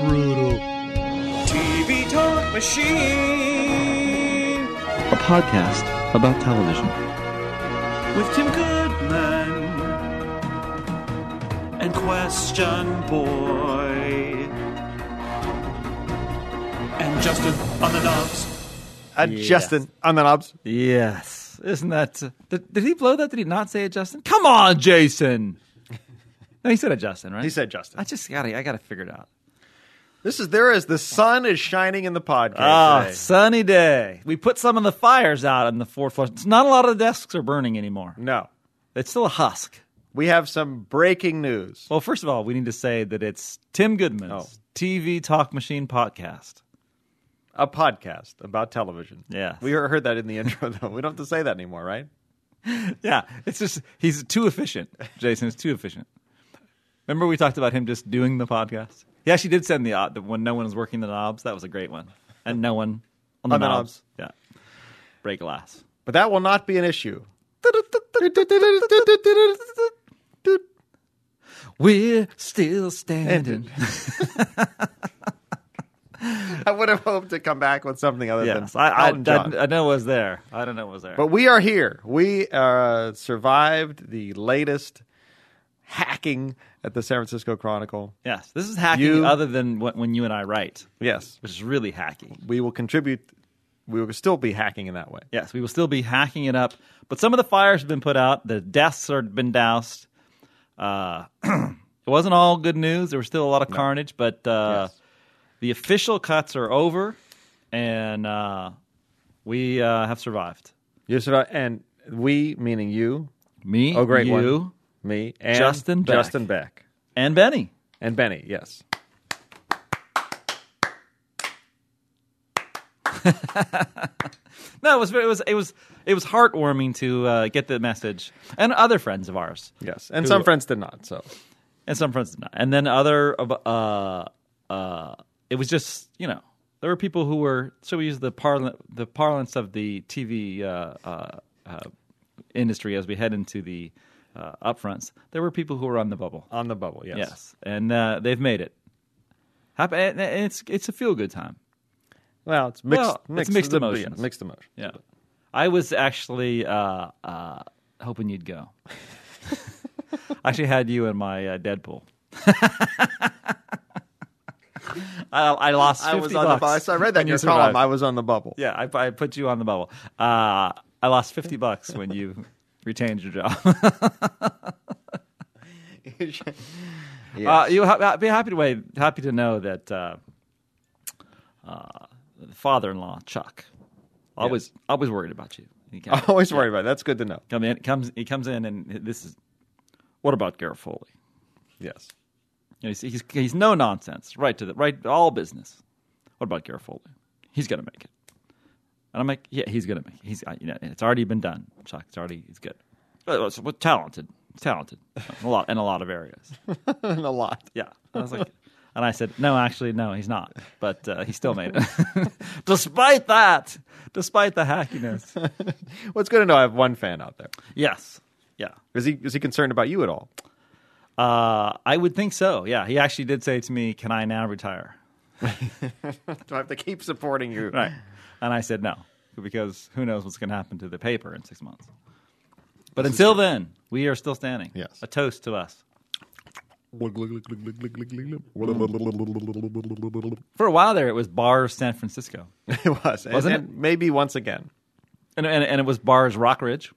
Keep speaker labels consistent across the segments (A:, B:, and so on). A: brutal.
B: TV Talk Machine
C: a podcast about television.
B: with Tim Goodman and Question Boy and Justin on the knobs.
D: Uh, Justin on the knobs.
A: Yes. Isn't that. uh, Did, did he blow that? Did he not say it, Justin? Come on, Jason. No, he said it, Justin, right?
D: He said Justin.
A: I just got to I got to figure it out.
D: This is there is the sun is shining in the podcast.
A: Ah,
D: today.
A: sunny day. We put some of the fires out on the fourth floor. It's not a lot of the desks are burning anymore.
D: No,
A: It's still a husk.
D: we have some breaking news.
A: Well, first of all, we need to say that it's Tim Goodman's
D: Oh.
A: TV Talk Machine podcast.
D: A podcast about television.
A: Yes.
D: we heard that in the intro though. We don't have to say that anymore, right?
A: Yeah, it's just he's too efficient. Jason is too efficient. Remember we talked about him just doing the podcast. He actually did send the uh, the- when no one was working the knobs. That was a great one, and no one on the,
D: On the
A: knobs. Yeah, break glass.
D: But that will not be an issue.
A: We're still standing.
D: I would have hoped to come back with something other
A: Yes,
D: than
A: I I,
D: Elton John.
A: I, I know it was there. I don't know it was there.
D: But we are here. We uh, survived the latest hacking at the San Francisco Chronicle.
A: yes, this is hacking.
D: You-
A: other than what, when you and I write,
D: Yes,
A: which is really hacky.
D: we will contribute. We will still be hacking in that way.
A: Yes, we will still be hacking it up. But some of the fires have been put out. The desks are been doused. Uh, it wasn't all good news. There was still a lot of carnage, but uh,
D: Yes.
A: the official cuts are over, and uh, we uh, have survived.
D: You survived, and we, meaning you,
A: Me,
D: oh great
A: you,
D: one, me, and
A: Justin Beck.
D: Justin Beck,
A: and Benny.
D: and Benny. Yes,
A: No, it was it was it was it was heartwarming to uh, get the message, and other friends of ours.
D: yes, and
A: Who-
D: some friends did not. So
A: and some friends did not. And then other of uh uh, it was just you know there were people who were so we use the parlance the parlance of the TV uh, uh, uh, industry as we head into the uh, upfronts. There were people who were on the bubble.
D: on the bubble, yes,
A: Yes, and uh, they've made it. Happy, and and it's it's a feel good time.
D: Well, it's mixed,
A: Well, it's
D: mixed,
A: mixed
D: the- yeah,
A: emotions.
D: mixed emotions.
A: Yeah, I was actually uh, uh, hoping you'd go. I actually had you in my uh, Deadpool. I, I lost. 50
D: I was on the.
A: bucks
D: bu- I saw- I read that
A: when
D: in
A: you
D: your column.
A: survived.
D: I was on the bubble.
A: yeah, I, I put you on the bubble. Uh, I lost fifty bucks when you retained your job.
D: Yes.
A: Uh, you ha- be happy to wait, happy to know that uh, uh, father-in-law Chuck always always worried about you. He kinda-
D: I always worry about. It. That's good to know.
A: come in comes he comes in and this is what about Garrett Foley?
D: Yes.
A: You know, he's, he's he's no nonsense, right to the right all business. What about Garrett Foley? He's gonna make it. And I'm like, yeah, he's gonna make it. He's I- you know, it's already been done. Chuck, it's already it's good. Uh, Well, it's- well, talented, talented, a lot in a lot of areas.
D: and a lot.
A: Yeah, and I was like, and I said, no, actually, no, he's not, but uh, he still made it, despite that, despite the hackiness.
D: Well, it's good to know I have one fan out there.
A: Yes, yeah.
D: Is he is he concerned about you at all?
A: Uh, I would think so. Yeah, he actually did say to me, "Can I now retire?"
D: Do I have to keep supporting you?
A: Right, and I said no because who knows what's going to happen to the paper in six months. But until then, we are still standing.
D: Yes.
A: a toast to us. For a while there, it was Bars San Francisco,
D: It was, and,
A: Wasn't
D: and maybe once again.
A: and and, and it was Bars Rock Ridge.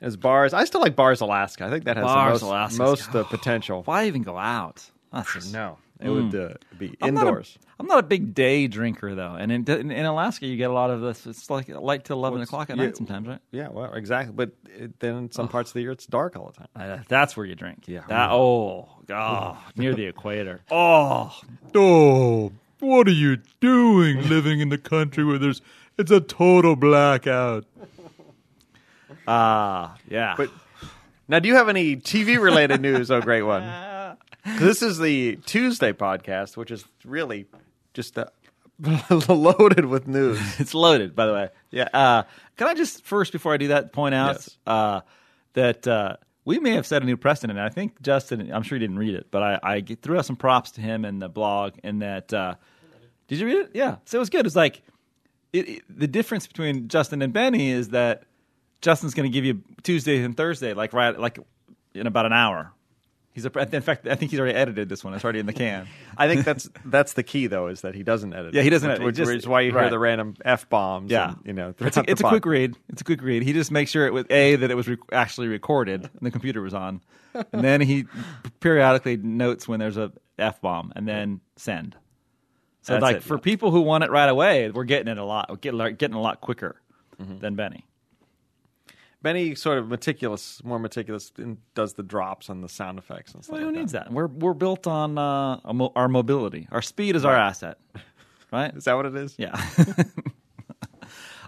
D: As bars, I still like bars, Alaska. I think that has
A: Bars,
D: the most,
A: Alaska's-
D: most uh, potential.
A: Why even go out? That's just-
D: No, it would uh, be
A: Hmm. I'm not a-
D: indoors.
A: I'm not a big day drinker though, and in, in, in Alaska you get a lot of this. It's like light till eleven
D: What's-
A: o'clock at
D: yeah.
A: night sometimes, right?
D: Yeah, well, exactly. But it, then in some parts of the year, it's dark all the time.
A: Uh, that's where you drink.
D: Yeah.
A: That oh, oh near the equator.
E: Oh, oh, what are you doing living in the country where there's it's a total blackout?
A: Ah, yeah.
D: But now, do you have any TV related news? Oh, great one. 'Cause This is the Tuesday podcast, which is really just uh, loaded with news.
A: it's loaded, by the way. Yeah. Uh, can I just first before I do that point out
D: Yes.
A: uh, that uh, we may have set a new precedent. I think Justin, I'm sure he didn't read it, but I, I g- threw out some props to him in the blog. In that, uh, did you read it? Yeah. So it was good. It's like it, it- the difference between Justin and Benny is that Justin's going to give you Tuesday and Thursday, like right, like in about an hour. He's a, in fact, I think he's already edited this one. It's already in the can.
D: I think that's that's the key though is that he doesn't edit.
A: Yeah, he
D: it,
A: doesn't
D: which,
A: edit it,
D: Which,
A: just-
D: which is why you
A: right.
D: hear the random f bombs.
A: Yeah,
D: and, you know,
A: it's a,
D: throughout
A: it's a
D: the
A: quick
D: pod-
A: read. It's a quick read. He just makes sure it was a that it was re- actually recorded and the computer was on, and then he periodically notes when there's a f bomb and then send. So
D: That's
A: like
D: it,
A: for
D: yeah.
A: people who want it right away, we're getting it a lot. We're getting getting a lot quicker
D: Mm-hmm.
A: than Benny.
D: Benny sort of meticulous, more meticulous, and does the drops on the sound effects and stuff.
A: Well,
D: like
A: who
D: that.
A: needs that? We're we're built on uh, a mo- our mobility. Our speed is our asset, right?
D: Is that what it is?
A: Yeah.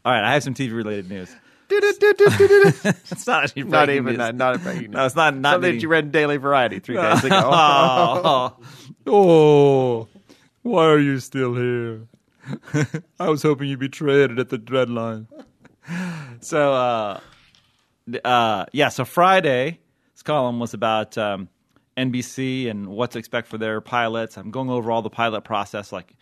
A: All right, I have some TV related news. It's not actually
D: not
A: breaking
D: even
A: news.
D: that. Not breaking.
A: No, it's not- not
D: something
A: needing-
D: that you read in Daily Variety three days ago.
A: Oh,
E: Oh, why are you still here? I was hoping you'd be traded at the deadline.
A: so uh, th- uh, yeah, so Friday's column was about um, NBC and what to expect for their pilots. I'm going over all the pilot process, like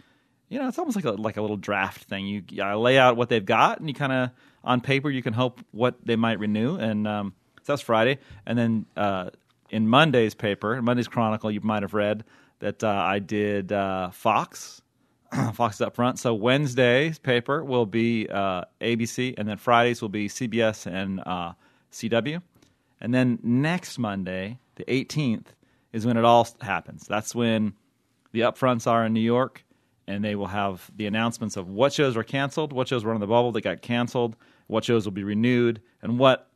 A: you know, it's almost like a like a little draft thing. You I lay out what they've got, and you kind of on paper you can hope what they might renew, and um, so that's Friday. And then uh, in Monday's paper, in Monday's Chronicle, you might have read that uh, I did uh, Fox. Fox is up front. So Wednesday's paper will be uh, ABC, and then Fridays will be CBS and uh, CW. And then next Monday, the 18th, is when it all happens. That's when the upfronts are in New York, and they will have the announcements of what shows were canceled, what shows were on the bubble that got canceled, what shows will be renewed, and what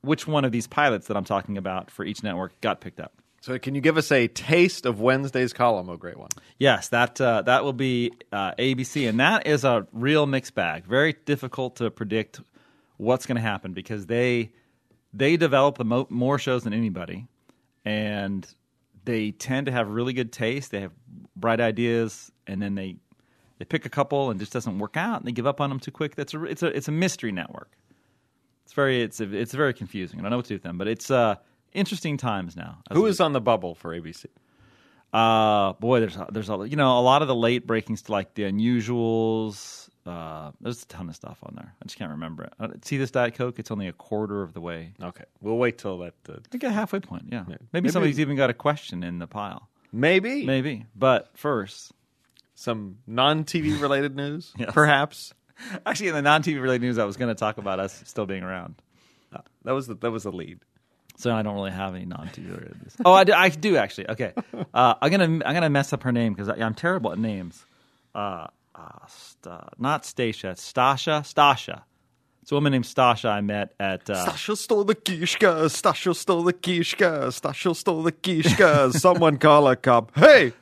A: which one of these pilots that I'm talking about for each network got picked up.
D: so, can you give us a taste of Wednesday's column? Oh, great one.
A: Yes, that uh, that will be uh, ABC, and that is a real mixed bag. Very difficult to predict what's going to happen because they they develop the mo- more shows than anybody, and they tend to have really good taste. They have bright ideas, and then they they pick a couple and it just doesn't work out, and they give up on them too quick. That's a it's a it's a mystery network. It's very it's it's very confusing. I don't know what to do with them, but it's uh, interesting times now.
D: Who is on the bubble for ABC?
A: Uh, boy, there's there's a you know a lot of the late breakings, like the unusuals. Uh, there's a ton of stuff on there. I just can't remember it. Uh, see this Diet Coke? It's only a quarter of the way. I
D: Okay, we'll wait till that. Uh,
A: think a halfway point. Yeah, maybe,
D: Maybe-
A: somebody's even got a question in the pile.
D: maybe,
A: Maybe, but first,
D: some non-TV related news,
A: Yes.
D: perhaps.
A: actually, in the non-TV related news, I was going to talk about us still being around.
D: That was the, that was the lead.
A: So I don't really have any non-TV related news. Oh, I do, I do actually. Okay, uh, I'm gonna I'm gonna mess up her name because I'm terrible at names. Uh, uh, Sta not Stacia, Stasha, Stasha. It's a woman named Stasha I met at. Uh,
D: Stasha stole the kishka. Stasha stole the kishka. Stasha stole the kishka. Someone call a cop. Hey,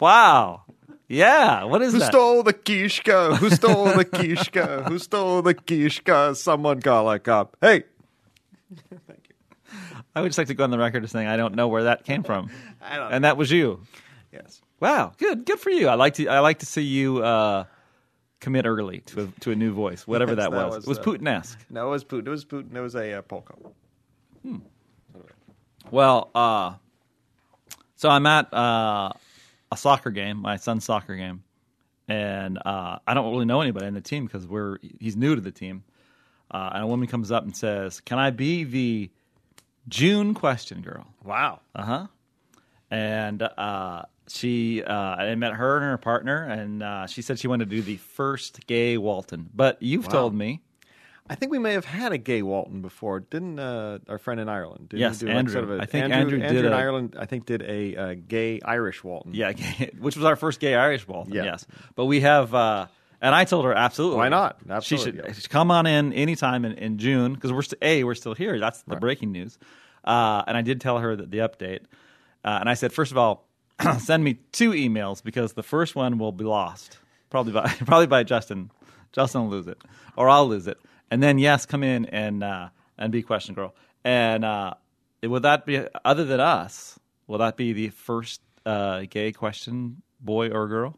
A: Wow. Yeah. What is
D: who
A: that?
D: stole the kishka? Who stole the kishka? Who stole the kishka? Someone call a cop. Hey,
A: I would just like to go on the record as saying I don't know where that came from,
D: I don't
A: and that was you.
D: yes.
A: Wow. Good. Good for you. I like to. I like to see you uh, commit early to a, to a new voice, whatever
D: Yes,
A: that,
D: that
A: was.
D: was,
A: It was
D: uh,
A: Putin-esque.
D: No, it was Putin. It was Putin. It was a uh, polka.
A: Well, uh, so I'm at uh, a soccer game, my son's soccer game, and uh, I don't really know anybody in the team because we're he's new to the team. Uh, and a woman comes up and says, "Can I be the June question girl?"
D: Wow.
A: and uh, she uh, I met her and her partner, and uh, she said she wanted to do the first gay Walton. But you've told me,
D: I think we may have had a gay Walton before, didn't uh, our friend in Ireland? Didn't
A: Yes,
D: he do like
A: Andrew.
D: Sort of a,
A: I think Andrew
D: Andrew,
A: did
D: in
A: a-
D: Ireland. I think did a uh, gay Irish Walton.
A: yeah, which was our first gay Irish Walton.
D: Yeah.
A: Yes, but we have, uh, and I told her absolutely.
D: Why not?
A: she
D: Absolutely,
A: should
D: yeah.
A: come on in anytime in, in June because we're st- a we're still here. That's the breaking news. Uh, and I did tell her that the update, uh, and I said first of all, send me two emails because the first one will be lost probably by probably by Justin. Justin will lose it, or I'll lose it. And then yes, come in and uh, and be question girl. And uh, will that be other than us? Will that be the first uh, gay question boy or girl?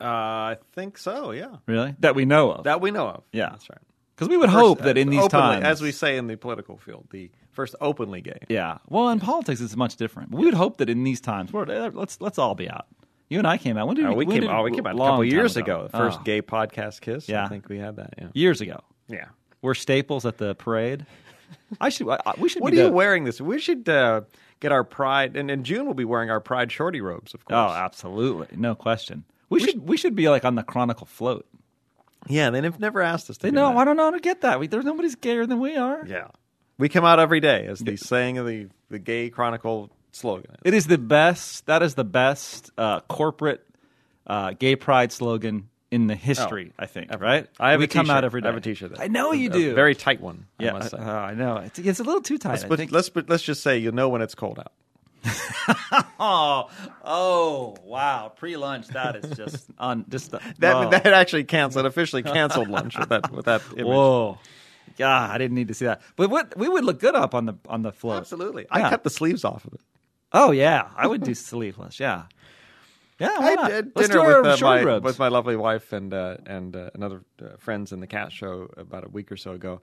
D: Uh, I think so. Yeah,
A: Really, that we know of?
D: that we know of.
A: Yeah.
D: that's right.
A: Because we would hope that in these
D: uh, openly,
A: times,
D: as we say in the political field, the first openly gay.
A: yeah, well, in politics it's much different. But we would hope that in these times, we're, eh, let's let's all be out. You and I came out. When did
D: Uh, we
A: when
D: came
A: did-
D: out. We came out a
A: long
D: couple
A: time
D: years ago. The first
A: Oh,
D: gay podcast kiss.
A: Yeah.
D: I think we had that. Yeah.
A: years ago.
D: Yeah.
A: We're staples at the parade. I should. I, I- we should.
D: What
A: be
D: are you
A: the-
D: wearing this? We should uh, get our pride, and in June we'll be wearing our pride shorty robes, of course.
A: Oh, absolutely, no question. We, should. We should be like on the Chronicle float.
D: yeah. They've never asked us. To
A: They
D: do
A: know.
D: that.
A: I don't know how to get that. We, there's nobody's gayer than we are.
D: Yeah. We come out every day as the saying of the, the gay chronicle slogan.
A: It is the best. That is the best uh, corporate uh, gay pride slogan in the history. I think. Right.
D: I have
A: we
D: a
A: come out
D: Oh, t-shirt.
A: every day.
D: I have a t-shirt. that-
A: I know you
D: a
A: do.
D: Very tight one.
A: Yeah.
D: I must say.
A: uh, I know. It's, it's a little too tight. I
D: but
A: think.
D: let's but let's just say you know when it's cold out.
A: Oh, oh, wow! Pre-lunch. That is just on. Just the,
D: That
A: whoa.
D: that actually canceled officially canceled lunch with that with that image.
A: Whoa. God, I didn't need to see that. But what we would look good up on the on the float.
D: Absolutely. I
A: Yeah.
D: cut the sleeves off of it.
A: Oh yeah, I would do sleeveless. Yeah, yeah. Why
D: I
A: not?
D: did
A: Let's do
D: dinner
A: our
D: with, uh,
A: short
D: my,
A: robes.
D: with my lovely wife and uh, and uh, another uh, friends in the cat show about a week or so ago,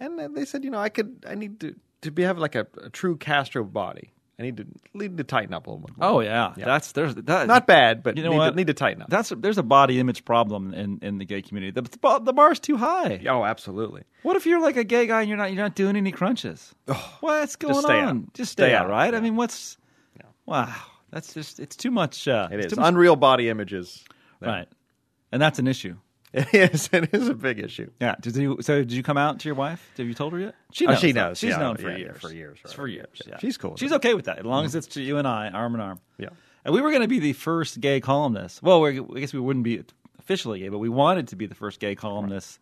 D: and uh, they said, you know, I could I need to to be have like a, a true Castro body. I need to need to tighten up a little bit. more.
A: oh yeah. that's there's that,
D: not bad, but
A: You know
D: need,
A: what?
D: To, need to tighten up.
A: That's there's a body image problem in, in the gay community. The, the bar- the bar's too high.
D: oh, absolutely.
A: What if you're like a gay guy and you're not you're not doing any crunches? what's going
D: stay
A: on?
D: out.
A: Just stay,
D: Stay
A: out,
D: out,
A: right? I mean, what's wow? That's just it's too much. Uh,
D: It
A: it's
D: is
A: too much,
D: unreal body images.
A: right, and that's an issue.
D: It is. It is a big issue.
A: Yeah. Did you, so did you come out to your wife? Have you told her yet? She
D: Oh, she
A: that.
D: knows.
A: She's
D: Yeah,
A: known for
D: yeah, yeah,
A: years.
D: for years,
A: It's
D: right.
A: for years. Yeah.
D: She's cool with
A: She's
D: it. Mm-hmm.
A: okay with that, as long as it's to you and I, arm in arm.
D: Yeah.
A: And we were going to be the first gay columnist. Well, we're, I guess we wouldn't be officially gay, but we wanted to be the first gay columnist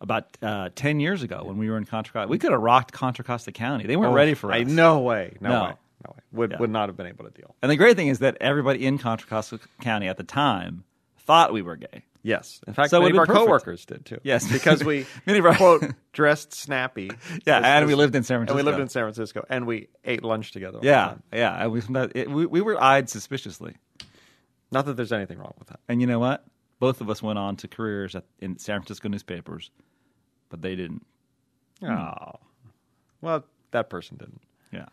A: about uh, ten years ago when we were in Contra Costa. We could have rocked Contra Costa County. They weren't ready for us.
D: I, no way. No,
A: No.
D: way. No way. Would would not have been able to deal.
A: And the great thing is that everybody in Contra Costa County at the time thought we were gay.
D: Yes. In fact,
A: So it
D: many
A: would've
D: of our
A: been perfect.
D: coworkers did too.
A: Yes.
D: because we
A: Many of our-
D: quote dressed snappy.
A: Yeah,
D: This
A: and
D: is-
A: we lived in San Francisco.
D: And we lived in San Francisco, and we ate lunch together. all the
A: Yeah,
D: time.
A: yeah. And we, that- it- we, we were eyed suspiciously.
D: Not that there's anything wrong with that.
A: And you know what? Both of us went on to careers at, in San Francisco newspapers, but they didn't.
D: Oh. Well, that person didn't.
A: Yeah.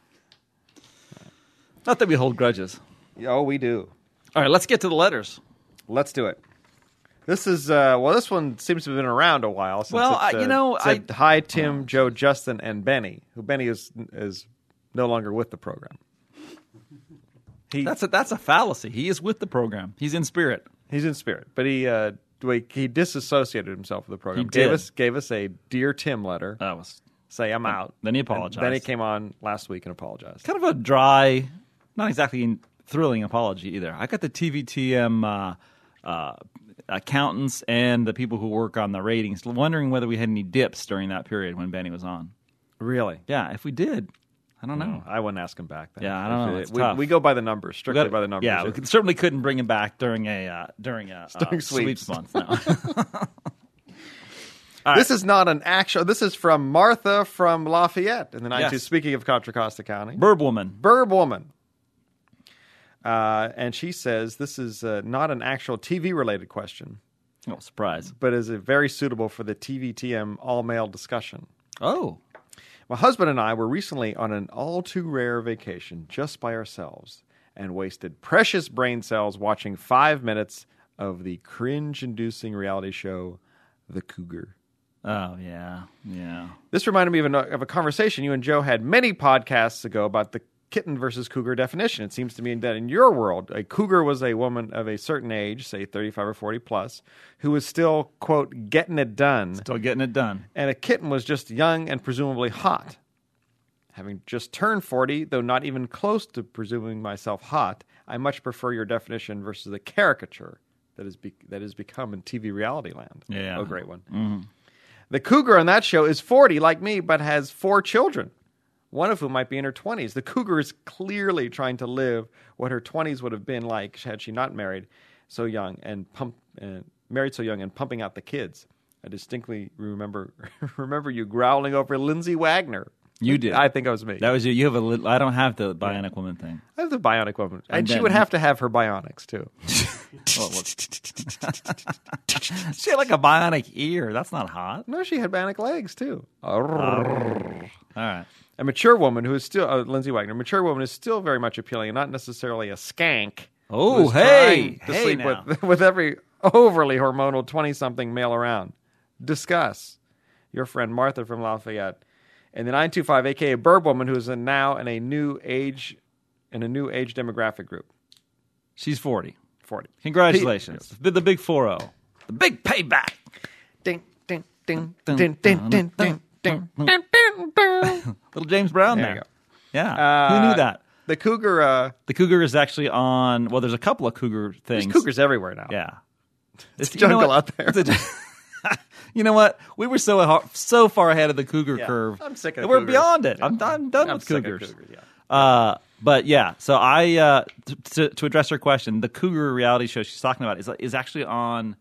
A: Not that we hold grudges.
D: Oh, we do.
A: All right, let's get to the letters.
D: Let's do it. This is uh, well. This one seems to have been around a while. Since
A: Well,
D: it,
A: I- you
D: uh,
A: know,
D: said,
A: I- Oh.
D: hi Tim, Joe, Justin, and Benny. Who Benny is is no longer with the program. He
A: That's a, that's a fallacy. He is with the program. He's in spirit.
D: he's in spirit, but he uh, like, he disassociated himself with the program.
A: He
D: Gave
A: did.
D: us gave us a dear Tim letter.
A: That was
D: say I'm out.
A: then he
D: And
A: apologized.
D: Then he came on last week and apologized.
A: kind of a dry, not exactly thrilling apology either. I got the TVTM uh, uh, accountants and the people who work on the ratings wondering whether we had any dips during that period when Benny was on.
D: Really?
A: Yeah, if we did, I don't know.
D: I wouldn't ask him back then.
A: Yeah, I don't know. It's
D: we,
A: tough.
D: we go by the numbers,
A: We
D: strictly
A: gotta-
D: by the numbers.
A: Yeah, we
D: here.
A: could, certainly couldn't bring him back during a uh, during a uh,
D: During
A: sweeps. month.
D: sweeps.
A: No.
D: This is not an actual. This is from Martha from Lafayette in the 90s.
A: Yes.
D: Speaking of Contra Costa County,
A: Burb woman.
D: Burb woman. Uh, and she says this is uh, not an actual TV related question,
A: Oh, surprise.
D: but is a very suitable for the TVTM all male discussion.
A: Oh,
D: My husband and I were recently on an all too rare vacation just by ourselves and wasted precious brain cells watching five minutes of the cringe inducing reality show, The Cougar.
A: oh yeah, yeah.
D: This reminded me of a, of a conversation you and Joe had many podcasts ago about the kitten versus cougar definition. It seems to me that in your world, a cougar was a woman of a certain age, say 35 or 40 plus, who was still, quote, getting it done
A: Still getting it done.
D: and a kitten was just young and presumably hot. Having just turned 40, though not even close to presuming myself hot, I much prefer your definition versus the caricature that is, be- that is become in TV reality land.
A: Yeah.
D: Oh, great one. The cougar on that show is 40, like me, but has four children, one of whom might be in her 20s. The cougar is clearly trying to live what her 20s would have been like had she not married so young and pump, uh, married so young and pumping out the kids. I distinctly remember remember you growling over Lindsay Wagner.
A: You did.
D: I think it was me.
A: That was you. You have a. Li- I don't have the bionic woman thing.
D: I have the bionic woman, and she
A: then-
D: would have to have her bionics too.
A: Well, look. she had like a bionic ear. That's not hot.
D: No, she had bionic legs too.
A: All right.
D: a mature woman who is still uh, Lindsay Wagner, a mature woman is still very much appealing, and not necessarily a skank.
A: Oh,
D: who's
A: hey,
D: trying to
A: hey
D: sleep
A: now.
D: with with every overly hormonal twenty-something male around. Discuss your friend Martha from Lafayette, and the nine two five, aka Burb Woman, who is in now in a new age in a new age demographic group,
A: She's 40.
D: forty.
A: Congratulations. The, the big 4 0. The big payback.
D: Ding ding ding ding ding ding ding ding.
A: Little James Brown
D: There
A: there.
D: you go.
A: Yeah. Who
D: Uh,
A: knew that?
D: The cougar, uh,
A: The Cougar is actually on, well, there's a couple of Cougar things.
D: there's cougars everywhere now.
A: Yeah. It's,
D: a jungle out there.
A: It's a- you know what? We were so ho- so far ahead of the Cougar curve.
D: I'm sick of
A: We're
D: cougars.
A: beyond it. I'm, I'm done
D: I'm
A: with
D: sick of
A: Cougars.
D: cougars, yeah.
A: Uh, but yeah, so I uh, t- to, to address her question, the Cougar reality show she's talking about is is actually on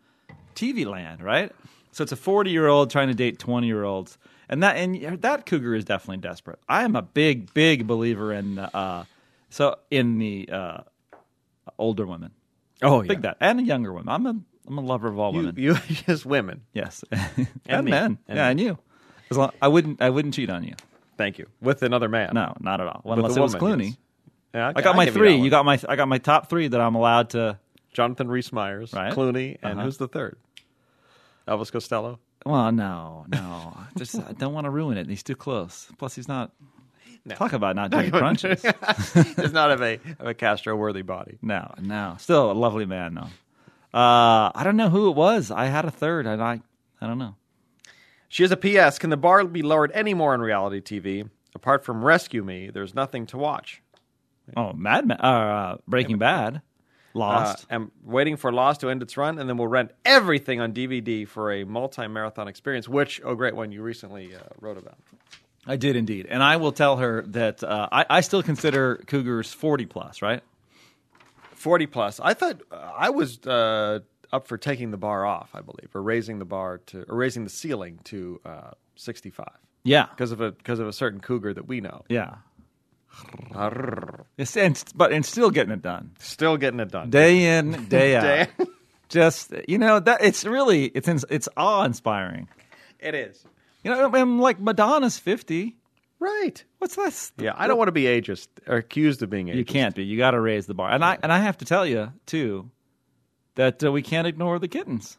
A: TV Land, right? So it's a forty year old trying to date twenty year olds, and that and that Cougar is definitely desperate. I am a big big believer in uh, so in the uh, older women.
D: Oh
A: Big that and younger women. I'm a I'm a lover of all
D: You,
A: women.
D: you just women.
A: yes, and,
D: me.
A: men.
D: And
A: yeah,
D: me.
A: and you. As long, I wouldn't I wouldn't cheat on you.
D: Thank you. With another man.
A: No, not at all. Well,
D: With
A: unless
D: a
A: it was
D: woman,
A: Clooney.
D: yes. Yeah,
A: I got
D: I'll
A: my
D: give
A: three.
D: that
A: You,
D: one.
A: got my I got my top three that I'm allowed to.
D: Jonathan Rhys Meyers,
A: Right.
D: Clooney, and
A: Uh-huh.
D: who's the third? Elvis Costello.
A: Well, no, no, I just I don't want to ruin it. He's too close. Plus, he's not. Talk about not doing crunches.
D: Does not have a have a Castro worthy body.
A: no, no, still a lovely man though. Uh, I don't know who it was. I had a third, and I I don't know.
D: She has a PS. Can the bar be lowered any more on reality TV? Apart from Rescue Me, there's nothing to watch.
A: Oh, Mad Men, uh, uh, Breaking Bad, Lost.
D: Uh, I'm waiting for Lost to end its run, and then we'll rent everything on DVD for a multi-marathon experience. Which, oh, great one you recently uh, wrote about.
A: Uh, I did indeed, and I will tell her that uh, I I still consider Cougars forty plus. Right?
D: Forty plus. I thought uh, I was uh, up for taking the bar off. I believe, or raising the bar to, or raising the ceiling to uh, sixty-five.
A: Yeah.
D: because of a because of a certain cougar that we know.
A: Yeah. Yes, and, but and still getting it done.
D: Still getting it done.
A: day in day out
D: Day-
A: just you know that it's really it's ins it's awe-inspiring
D: it is
A: you know i'm like madonna's 50
D: right.
A: what's that
D: Yeah, I don't want to be ageist or accused of being ageist.
A: you can't be you got to raise the bar and i and i have to tell you too that uh, we can't ignore the kittens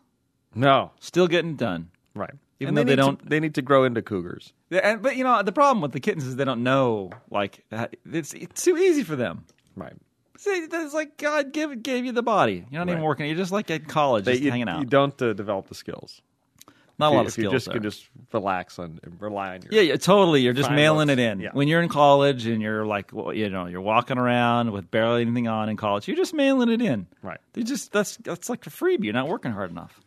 D: No,
A: still getting done
D: right.
A: Even though
D: And
A: they
D: need to-
A: don't-
D: they need to grow into cougars.
A: Yeah, and, but you know the problem with the kittens is they don't know like uh, it's, it's too easy for them
D: Right.
A: See, it's like God give, gave you the body. You're not even
D: Right.
A: working. You're just like at college,
D: They,
A: just
D: you,
A: hanging
D: you
A: out.
D: don't uh, develop the skills.
A: Not a lot
D: if
A: of skills.
D: You just
A: there.
D: can just relax on and rely on your.
A: Yeah, yeah, totally. You're just
D: Fine
A: mailing
D: looks.
A: it in.
D: Yeah.
A: When you're in college and you're like, well, you know, you're walking around with barely anything on in college, you're just mailing it in.
D: Right.
A: They just that's that's like a freebie. You're not working hard enough.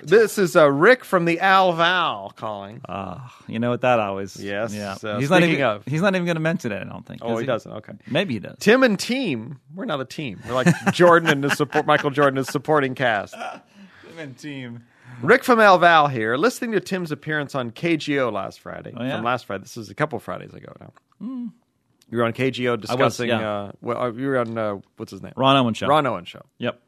D: This is uh, Rick from the Al Val calling.
A: Uh, You know what that always.
D: Ah. Yes,
A: Yeah.
D: uh,
A: he's not
D: speaking
A: even.
D: of.
A: He's not even going to mention it. I don't think.
D: oh,
A: is
D: he doesn't. Okay.
A: Maybe he does.
D: Tim and team. We're now the team. We're like Jordan and the support. Michael Jordan is supporting cast.
A: team.
D: Rick from El Val here, listening to Tim's appearance on KGO last Friday.
A: Oh, yeah?
D: From last Friday, this is a couple Fridays ago now. You were on KGO discussing.
A: yeah.
D: uh, well, uh, you were on uh, what's his name?
A: Ron Owen show.
D: Ron Owen show,
A: Yep.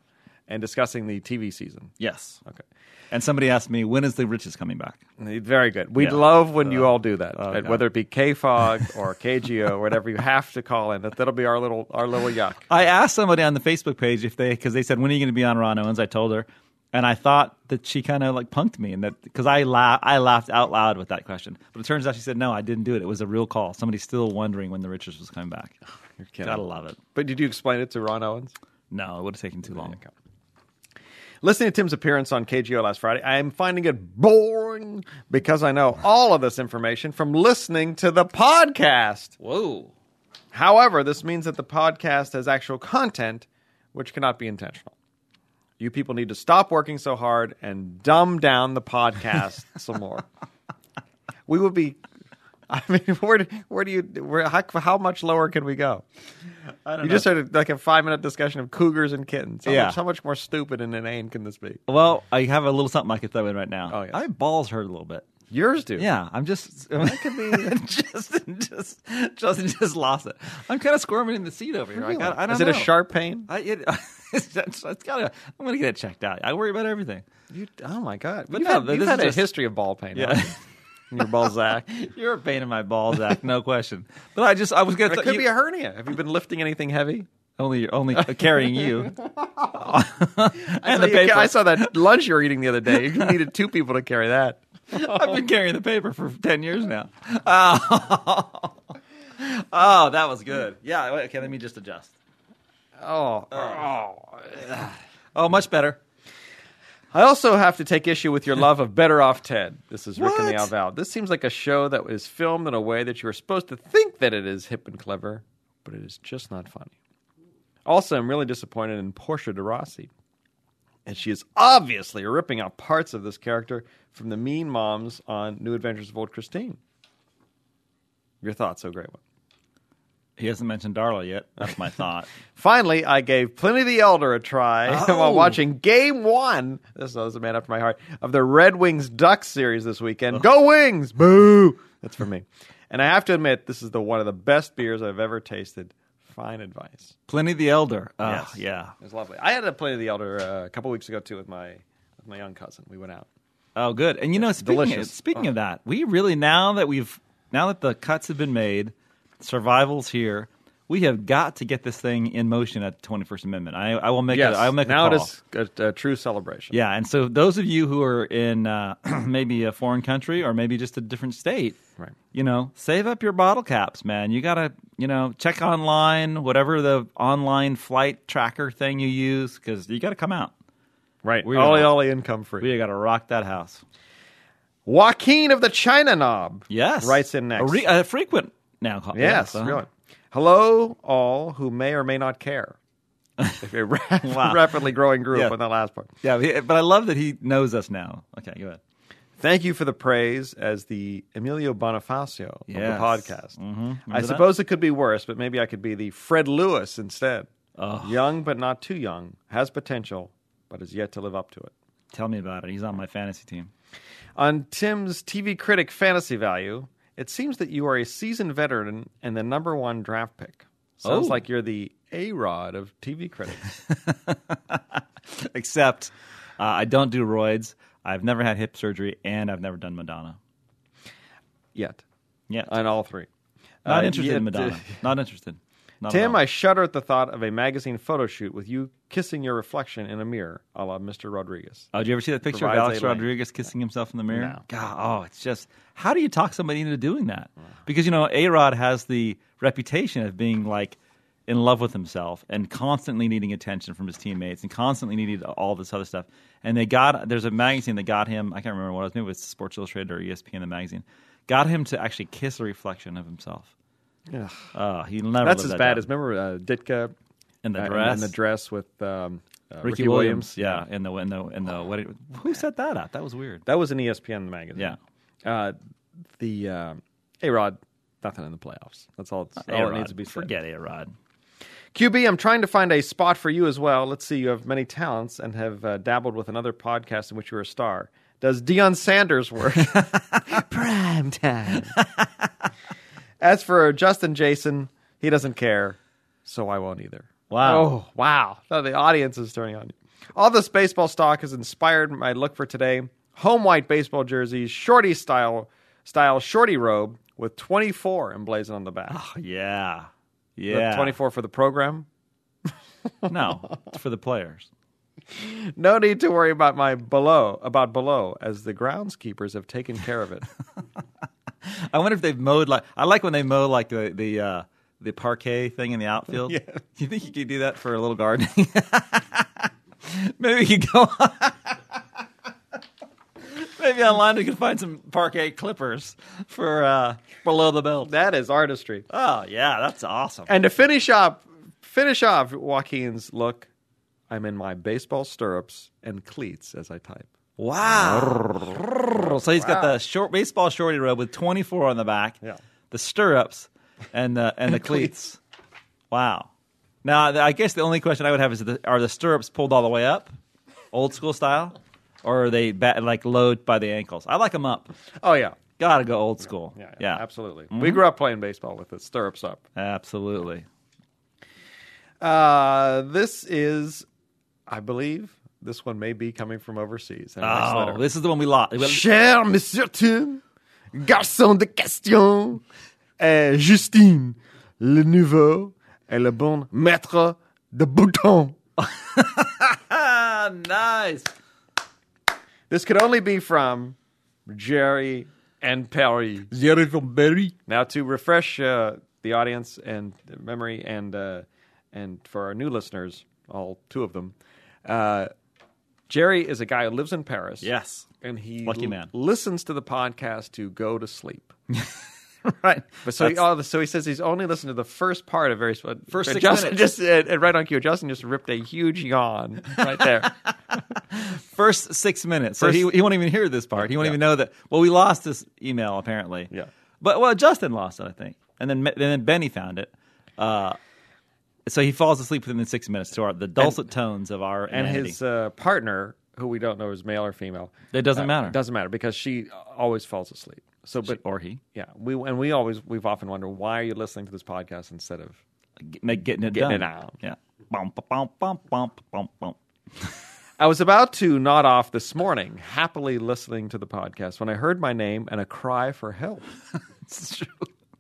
D: and discussing the TV season.
A: Yes.
D: Okay,
A: And somebody asked me when is the riches coming back.
D: very good. We
A: Yeah. Uh, oh,
D: love when you all do that, and
A: God.
D: whether it be KFOG or KGO or whatever. You have to call in. That that'll be our little our little yuck.
A: I asked somebody on the Facebook page if they because they said when are you going to be on Ron Owens. I told her, and I thought that she kind of like punked me, and that because I la- I laughed out loud with that question. But it turns out she said no, I didn't do it. It was a real call. Somebody's still wondering when the Richards was coming back.
D: You're kidding.
A: Gotta love it.
D: But did you explain it to Ron Owens?
A: No, it would have taken too long.
D: Listening to Tim's appearance on KGO last Friday, I am finding it boring because I know all of this information from listening to the podcast.
A: Whoa.
D: However, this means that the podcast has actual content which cannot be intentional. You people need to stop working so hard and dumb down the podcast some more. We will be. I mean, where do, where do you where how, how much lower can we go? I don't you just heard like a five minute discussion of cougars and kittens. How
A: Yeah.
D: much, how much more stupid and inane can this be?
A: Well, I have a little something I could throw in right now.
D: Oh, yes.
A: I balls hurt a little bit.
D: Yours do.
A: Yeah, I'm just. that could be. Justin just, Justin just lost it. I'm kind of squirming in the seat over here. I, got, I don't
D: Is it a
A: know.
D: sharp pain?
A: I, it, it's gotta. I'm gonna get it checked out. I worry about everything.
D: You, oh my god! But
A: But
D: you've
A: no,
D: had,
A: but
D: you've
A: this
D: had
A: is
D: a
A: just-
D: history of ball pain.
A: Yeah.
D: in your Balzac.
A: You're a pain in my balls, Zach. No question. But I just, I was gonna.
D: It
A: th-
D: could
A: you-
D: be a hernia. Have you been lifting anything heavy?
A: only, only carrying you.
D: I
A: and
D: saw
A: the
D: you ca-
A: paper.
D: I saw that lunch you were eating the other day. You needed two people to carry that.
A: I've been carrying the paper for ten years now. Oh, oh that was good. Yeah. wait, Okay, let me just adjust.
D: Oh,
A: Oh, much better.
D: I also have to take issue with your love of Better Off Ted. This is Rick and the
A: What?
D: Alval. This seems like a show that is filmed in a way that you are supposed to think that it is hip and clever, but it is just not funny. Also, I'm really disappointed in Portia de Rossi. And she is obviously ripping out parts of this character from the Mean Moms on New Adventures of Old Christine. Your thoughts, oh great one.
A: He hasn't mentioned Darla yet. That's my thought.
D: Finally, I gave Pliny the Elder a try while
A: Oh.
D: watching Game One. This is a man after my heart of the Red Wings Ducks series this weekend. Go Wings! Boo! That's for me. And I have to admit, this is the one of the best beers I've ever tasted. Fine advice.
A: Pliny the Elder. Oh,
D: Yes.
A: yeah.
D: It was lovely. I had a Pliny the Elder uh, a couple weeks ago too with my with my young cousin. We went out.
A: Oh, good. And you know, speaking
D: delicious. Oh.
A: Of, speaking of that, we really now that we've now that the cuts have been made, survival's here. We have got to get this thing in motion at the Twenty First Amendment. I, I will make.
D: Yes,
A: A, I will make
D: now
A: a call.
D: it is a, a true celebration.
A: Yeah, and so those of you who are in uh, maybe a foreign country or maybe just a different state,
D: Right.
A: You know, save up your bottle caps, man. You gotta, you know, check online whatever the online flight tracker thing you use because you gotta come out.
D: right.
A: We
D: Ollie
A: are-
D: Ollie income free.
A: We gotta rock that house.
D: Joaquin of the China Knob.
A: Yes,
D: writes in next.
A: A, re- a frequent now. call-
D: Yes,
A: uh-huh.
D: really. Hello, all who may or may not care. If a rap-
A: Wow.
D: rapidly growing group
A: Yeah.
D: on the last part.
A: Yeah, he- but I love that he knows us now. Okay, go ahead.
D: Thank you for the praise as the Emilio Bonifacio
A: Yes. Mm-hmm.
D: of the podcast. I
A: that?
D: suppose it could be worse, but maybe I could be the Fred Lewis instead.
A: Oh.
D: Young but not too young, has potential, but has yet to live up to it.
A: Tell me about it. He's on my fantasy team.
D: On Tim's TV critic fantasy value, it seems that you are a seasoned veteran and the number one draft pick. Sounds
A: Oh.
D: like you're the A Rod of TV critics.
A: Except, uh, I don't do roids. I've never had hip surgery, and I've never done Madonna.
D: yet.
A: Yeah,
D: On all three.
A: Not
D: Uh,
A: interested
D: yet,
A: in Madonna. Not interested. Not at
D: Tim,
A: all.
D: I shudder at the thought of a magazine photo shoot with you kissing your reflection in a mirror, a la Mr. Rodriguez.
A: Oh, did you ever see that picture of
D: provides
A: Alex
D: a link.
A: Rodriguez kissing himself in the mirror?
D: No.
A: God, oh, it's just how do you talk somebody into doing that? Because you know, A Rod has the reputation of being like in love with himself and constantly needing attention from his teammates and constantly needing all this other stuff. And they got there's a magazine that got him. I can't remember what it was. Maybe it was Sports Illustrated or E ESPN. The magazine got him to actually kiss a reflection of himself. Oh, he'll never.
D: That's
A: live
D: as
A: that
D: bad
A: down.
D: as remember uh, Ditka
A: And the
D: uh,
A: dress.
D: and the dress with um, uh,
A: Ricky, Williams. Yeah, and the and the and the what? Who set that up? That was weird.
D: That was E an ESPN magazine.
A: Yeah.
D: Uh, the uh, A Rod, nothing in the playoffs. That's all, it's, all it
A: A-Rod.
D: needs to be said.
A: Forget A Rod.
D: QB, I'm trying to find a spot for you as well. Let's see, you have many talents and have uh, dabbled with another podcast in which you're a star. Does Dion Sanders work? Prime time. as for Justin Jason, he doesn't care, so I won't either.
A: Wow.
D: Oh, wow. No, the audience is turning on you. All this baseball stock has inspired my look for today. Home white baseball jerseys, shorty style, style shorty robe with 24 emblazoned on the back.
A: Yeah. Ah, Yeah.
D: 24 for the program,
A: No, it's for the players.
D: No need to worry about my below about below, as the groundskeepers have taken care of it.
A: I wonder if they've mowed like I like when they mow like the the uh, the parquet thing in the outfield. Yeah. You think you could do that for a little gardening? Maybe you could go. Maybe online we could find some parquet clippers for uh, below the belt.
D: that is artistry.
A: Oh yeah, that's awesome.
D: And to finish up, finish off Joaquin's look. I'm in my baseball stirrups and cleats as I type.
A: Wow. So he's got the short baseball shorty robe with 24 on the back,
D: Yeah.
A: the stirrups, and the, and the cleats. Wow. Now, th- I guess the only question I would have is the, are the stirrups pulled all the way up, old school style? or are they ba- like low by the ankles? I like them up.
D: Oh yeah,
A: Gotta go old school.
D: yeah, yeah, absolutely. We grew up playing baseball with the stirrups up.
A: absolutely.
D: Uh, this is, I believe, this one may be coming from overseas. And next
A: Oh,
D: letter.
A: this is the one we lost.
D: Cher Monsieur Tim, garçon de question, et Justine, le nouveau, et le bon maître de bouton.
A: Ah, nice.
D: This could only be from Jerry and Perry.
E: Jerry from Berry.
D: Now, to refresh uh, the audience and memory, and uh, and for our new listeners, all two of them, uh, Jerry is a guy who lives in Paris.
A: Yes.
D: and he
A: Lucky man.
D: listens to the podcast to go to sleep.
A: Right.
D: But so he,
A: That's-
D: oh, so he says he's only listened to the first part of very
A: First six
D: Justin
A: minutes.
D: Just and, and right on cue, Justin just ripped a huge yawn right there.
A: first six minutes. So
D: First-
A: he, he won't even hear this part. He won't even know that. Well, we lost this email apparently.
D: Yeah.
A: But well, Justin lost it, I think, and then and then Benny found it. Uh, so he falls asleep within the six minutes to our the dulcet tones of our
D: and
A: inanity.
D: his uh, partner, who we don't know is male or female,
A: It doesn't matter.
D: uh, Doesn't matter because she always falls asleep. So, but
A: or he
D: yeah, we and we always we've often wondered why are you listening to this podcast instead of
A: Get- make getting it
D: Getting
A: done.
D: it out.
A: Yeah. Bum, ba, bum, bum, bum, ba, bum, bum.
D: I was about to nod off this morning, happily listening to the podcast, when I heard my name and a cry for help.
A: It's true.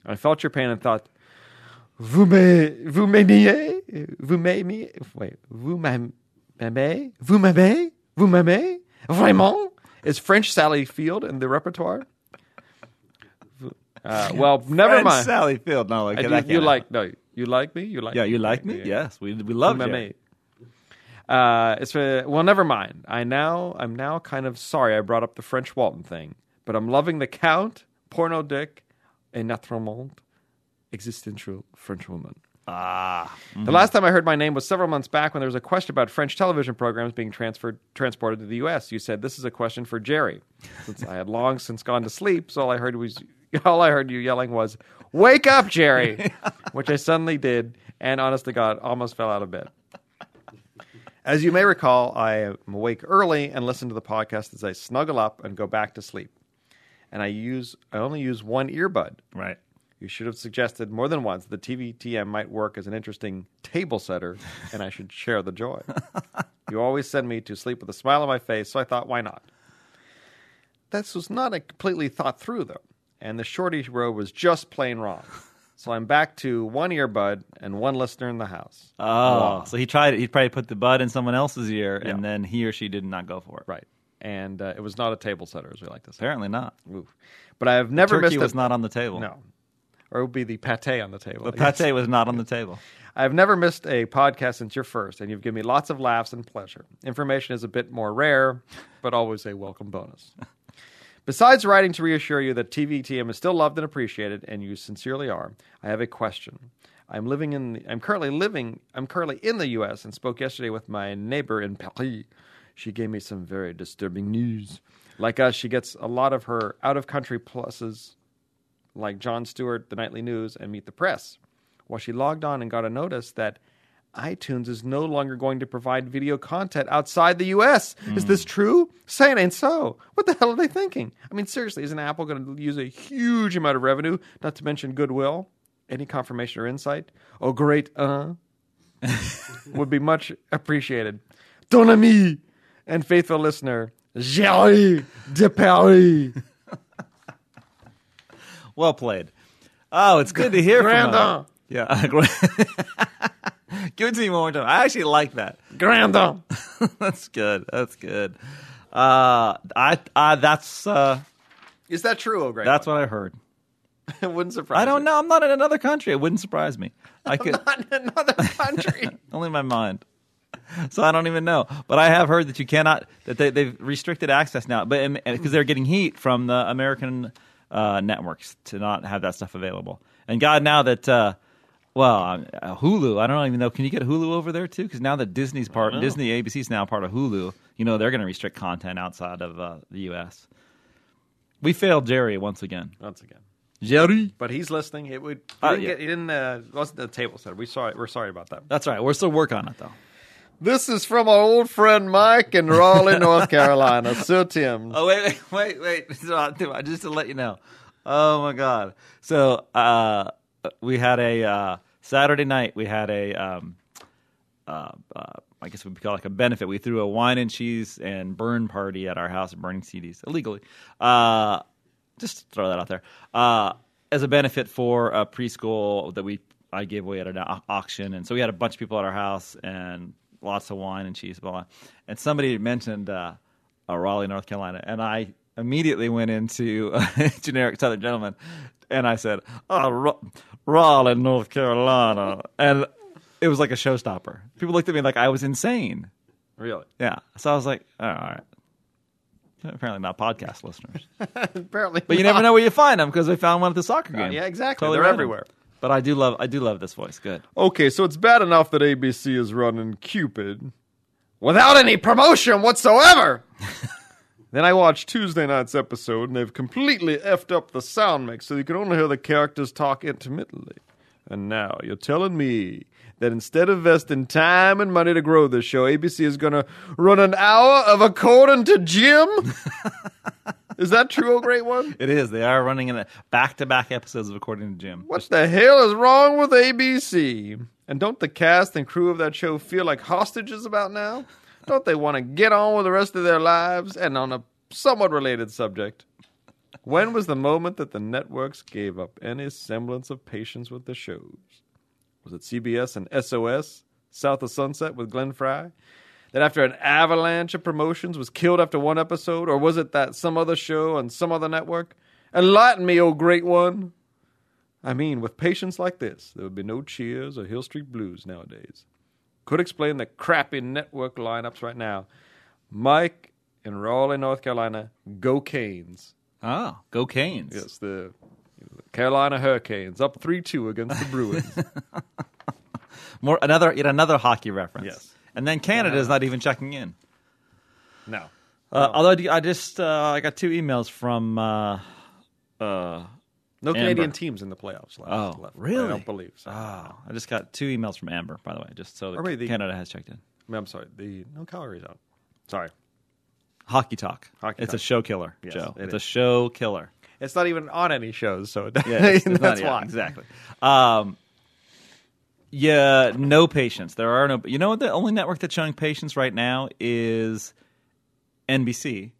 D: I felt your pain and thought, vous me, vous m'aimiez, vous m'aimiez, wait, vous m'aimez, vous m'aimez, vous m'aimez, vraiment? Is French Sally Field in the repertoire? Uh, well, never
A: Friend
D: mind.
A: Sally Field. No,
D: I
A: like,
D: do-
A: that
D: you
A: can't
D: like no, you like me. You like
A: Yeah, you like me?
D: Yeah.
A: Yes, we we love
D: Remember
A: you.
D: me. Uh, it's for, well, never mind. I now I'm now kind of sorry I brought up the French Walton thing, but I'm loving the Count, Porno Dick, and Notre Monde, existential French woman.
A: Ah,
D: The last time I heard my name was several months back when there was a question about French television programs being transferred transported to the U.S. You said this is a question for Jerry, since I had long since gone to sleep. So all I heard was all I heard you yelling was "Wake up, Jerry," which I suddenly did, and honest to God, almost fell out of bed. As you may recall, I am awake early and listen to the podcast as I snuggle up and go back to sleep. And I use I only use one earbud.
A: right.
D: You should have suggested more than once that TVTM might work as an interesting table setter, and I should share the joy. you always send me to sleep with a smile on my face, so I thought, why not? This was not a completely thought through, though, and the shorty row was just plain wrong. So I'm back to one earbud and one listener in the house.
A: Oh, so he tried it. He probably put the bud in someone else's ear, and then he or she did not go for it.
D: Right. And uh, it was not a table setter, as we like to say.
A: Apparently not.
D: Oof. But I have never
A: Turkey
D: missed
A: was
D: a,
A: not on the table.
D: No. Or it would be the pate on the table.
A: The
D: I guess.
A: pate was not on the table.
D: I've never missed a podcast since your first, and you've given me lots of laughs and pleasure. Information is a bit more rare, but always a welcome bonus. Besides writing to reassure you that TVTM is still loved and appreciated, and you sincerely are, I have a question. I'm living in. The, I'm currently living. I'm currently in the U.S. and spoke yesterday with my neighbor in Paris. She gave me some very disturbing news. Like us, she gets a lot of her out-of-country pluses like John Stewart, The Nightly News, and Meet the Press. While she logged on and got a notice that iTunes is no longer going to provide video content outside the US. Is this true? Say it ain't so. What the hell are they thinking? I mean, seriously, isn't Apple going to use a huge amount of revenue, not to mention goodwill? Any confirmation or insight? Oh, great, uh, would be much appreciated. Ton ami and faithful listener, Jerry de Paris.
A: Well played. Oh, it's good to hear from him.
D: Grandon.
A: Yeah. gra- Give it to me one more time. I actually like that.
D: Grandon.
A: That's good. That's good. Uh, I, I that's uh,
D: Is that true, oh, great?
A: that's what I heard.
D: It wouldn't surprise.
A: I don't
D: me.
A: know. I'm not in another country. It wouldn't surprise me. I could
D: Not in another country.
A: only in my mind. So I don't even know. But I have heard that you cannot that they, they've restricted access now, but because they're getting heat from the American uh, networks to not have that stuff available. And God, now that uh, well, uh, Hulu, I don't even know. Can you get Hulu over there too? Because now that Disney's part, Disney ABC's now part of Hulu. You know they're going to restrict content outside of uh, the U.S. We failed Jerry once again.
D: Once again,
E: Jerry.
D: but he's listening. It would. He
A: Oh,
D: didn't uh,
A: yeah.
D: get, he didn't. Uh, wasn't the table set. We sorry. We're sorry about that.
A: That's right. We're still working on it though.
D: This is from our old friend Mike in Raleigh, North Carolina. Sir Tim.
A: Oh wait, wait, wait, wait! So, uh, Just to let you know. Oh my god! So uh, we had a uh, Saturday night. We had a, um, uh, uh, I guess we'd call it like a benefit. We threw a wine and cheese and burn party at our house, burning CDs illegally. Uh, just throw that out there uh, as a benefit for a preschool that we I gave away at an au- auction, and so we had a bunch of people at our house and lots of wine and cheese, blah. blah. And somebody mentioned uh, uh, Raleigh, North Carolina, and I immediately went into uh, generic Southern gentleman, and I said, "Oh, Ra- Raleigh, North Carolina," and it was like a showstopper. People looked at me like I was insane.
D: Really?
A: Yeah, so I was like, oh, "All right." Apparently not podcast listeners.
D: Apparently.
A: But you never know where you find them because we found one at the soccer game.
D: yeah, exactly. They're
A: random.
D: everywhere.
A: But I do love I do love this voice. Good.
D: Okay, so it's bad enough that ABC is running Cupid without any promotion whatsoever. then I watched Tuesday night's episode, and they've completely effed up the sound mix, so you can only hear the characters talk intermittently. And now you're telling me that instead of investing time and money to grow this show, ABC is going to run an hour of according to Jim? is that true, O Great One?
A: It is. They are running in back to back episodes of According to Jim.
D: What the hell is wrong with ABC? And don't the cast and crew of that show feel like hostages about now? Don't they want to get on with the rest of their lives? And on a somewhat related subject, when was the moment that the networks gave up any semblance of patience with the shows? Was it CBS and SOS, South of Sunset with Glenn Fry? That after an avalanche of promotions was killed after one episode, or was it that some other show on some other network? Enlighten me, O great one! I mean, with patience like this, there would be no Cheers or Hill Street Blues nowadays. Could explain the crappy network lineups right now. Mike in Raleigh, North Carolina, go Canes.
A: Oh, go Canes.
D: Yes, the Carolina Hurricanes up 3 2 against the Bruins.
A: More another yet another hockey reference.
D: Yes.
A: And then Canada is not even checking in.
D: no.
A: Uh, although I do- I just uh, I got two emails from uh, uh,
D: No Canadian
A: Amber.
D: teams in the playoffs left.
A: Oh,
D: left. I
A: really?
D: don't believe so.
A: oh, I just got two emails from Amber by the way, just so that
D: Or wait, the-
A: Canada has checked in.
D: I am sorry. The no calories out. Sorry.
A: Hockey talk.
D: Hockey
A: it's a
D: talk.
A: show killer,
D: Yes,
A: Joe.
D: it
A: it's
D: is.
A: a show killer.
D: It's not even on any shows, so it
A: Yeah, it's- it's not-
D: that's
A: yeah,
D: why.
A: exactly. Um, yeah, no patience. There are no. You know what? The only network that's showing patience right now is NBC,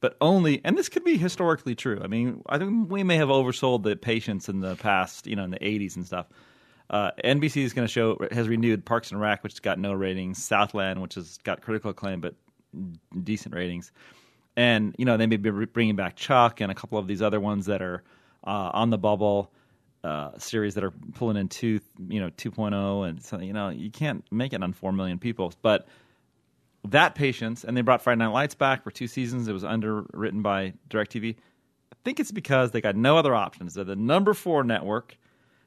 A: but only. And this could be historically true. I mean, I think we may have oversold the patience in the past. You know, in the '80s and stuff. Uh, NBC is going to show has renewed Parks and Rec, which got no ratings. Southland, which has got critical acclaim but decent ratings. And you know they may be re- bringing back Chuck and a couple of these other ones that are uh, on the bubble uh, series that are pulling in two, you know, 2.0 and something. You know, you can't make it on four million people, but that patience. And they brought Friday Night Lights back for two seasons. It was underwritten by Directv. I think it's because they got no other options. They're the number four network.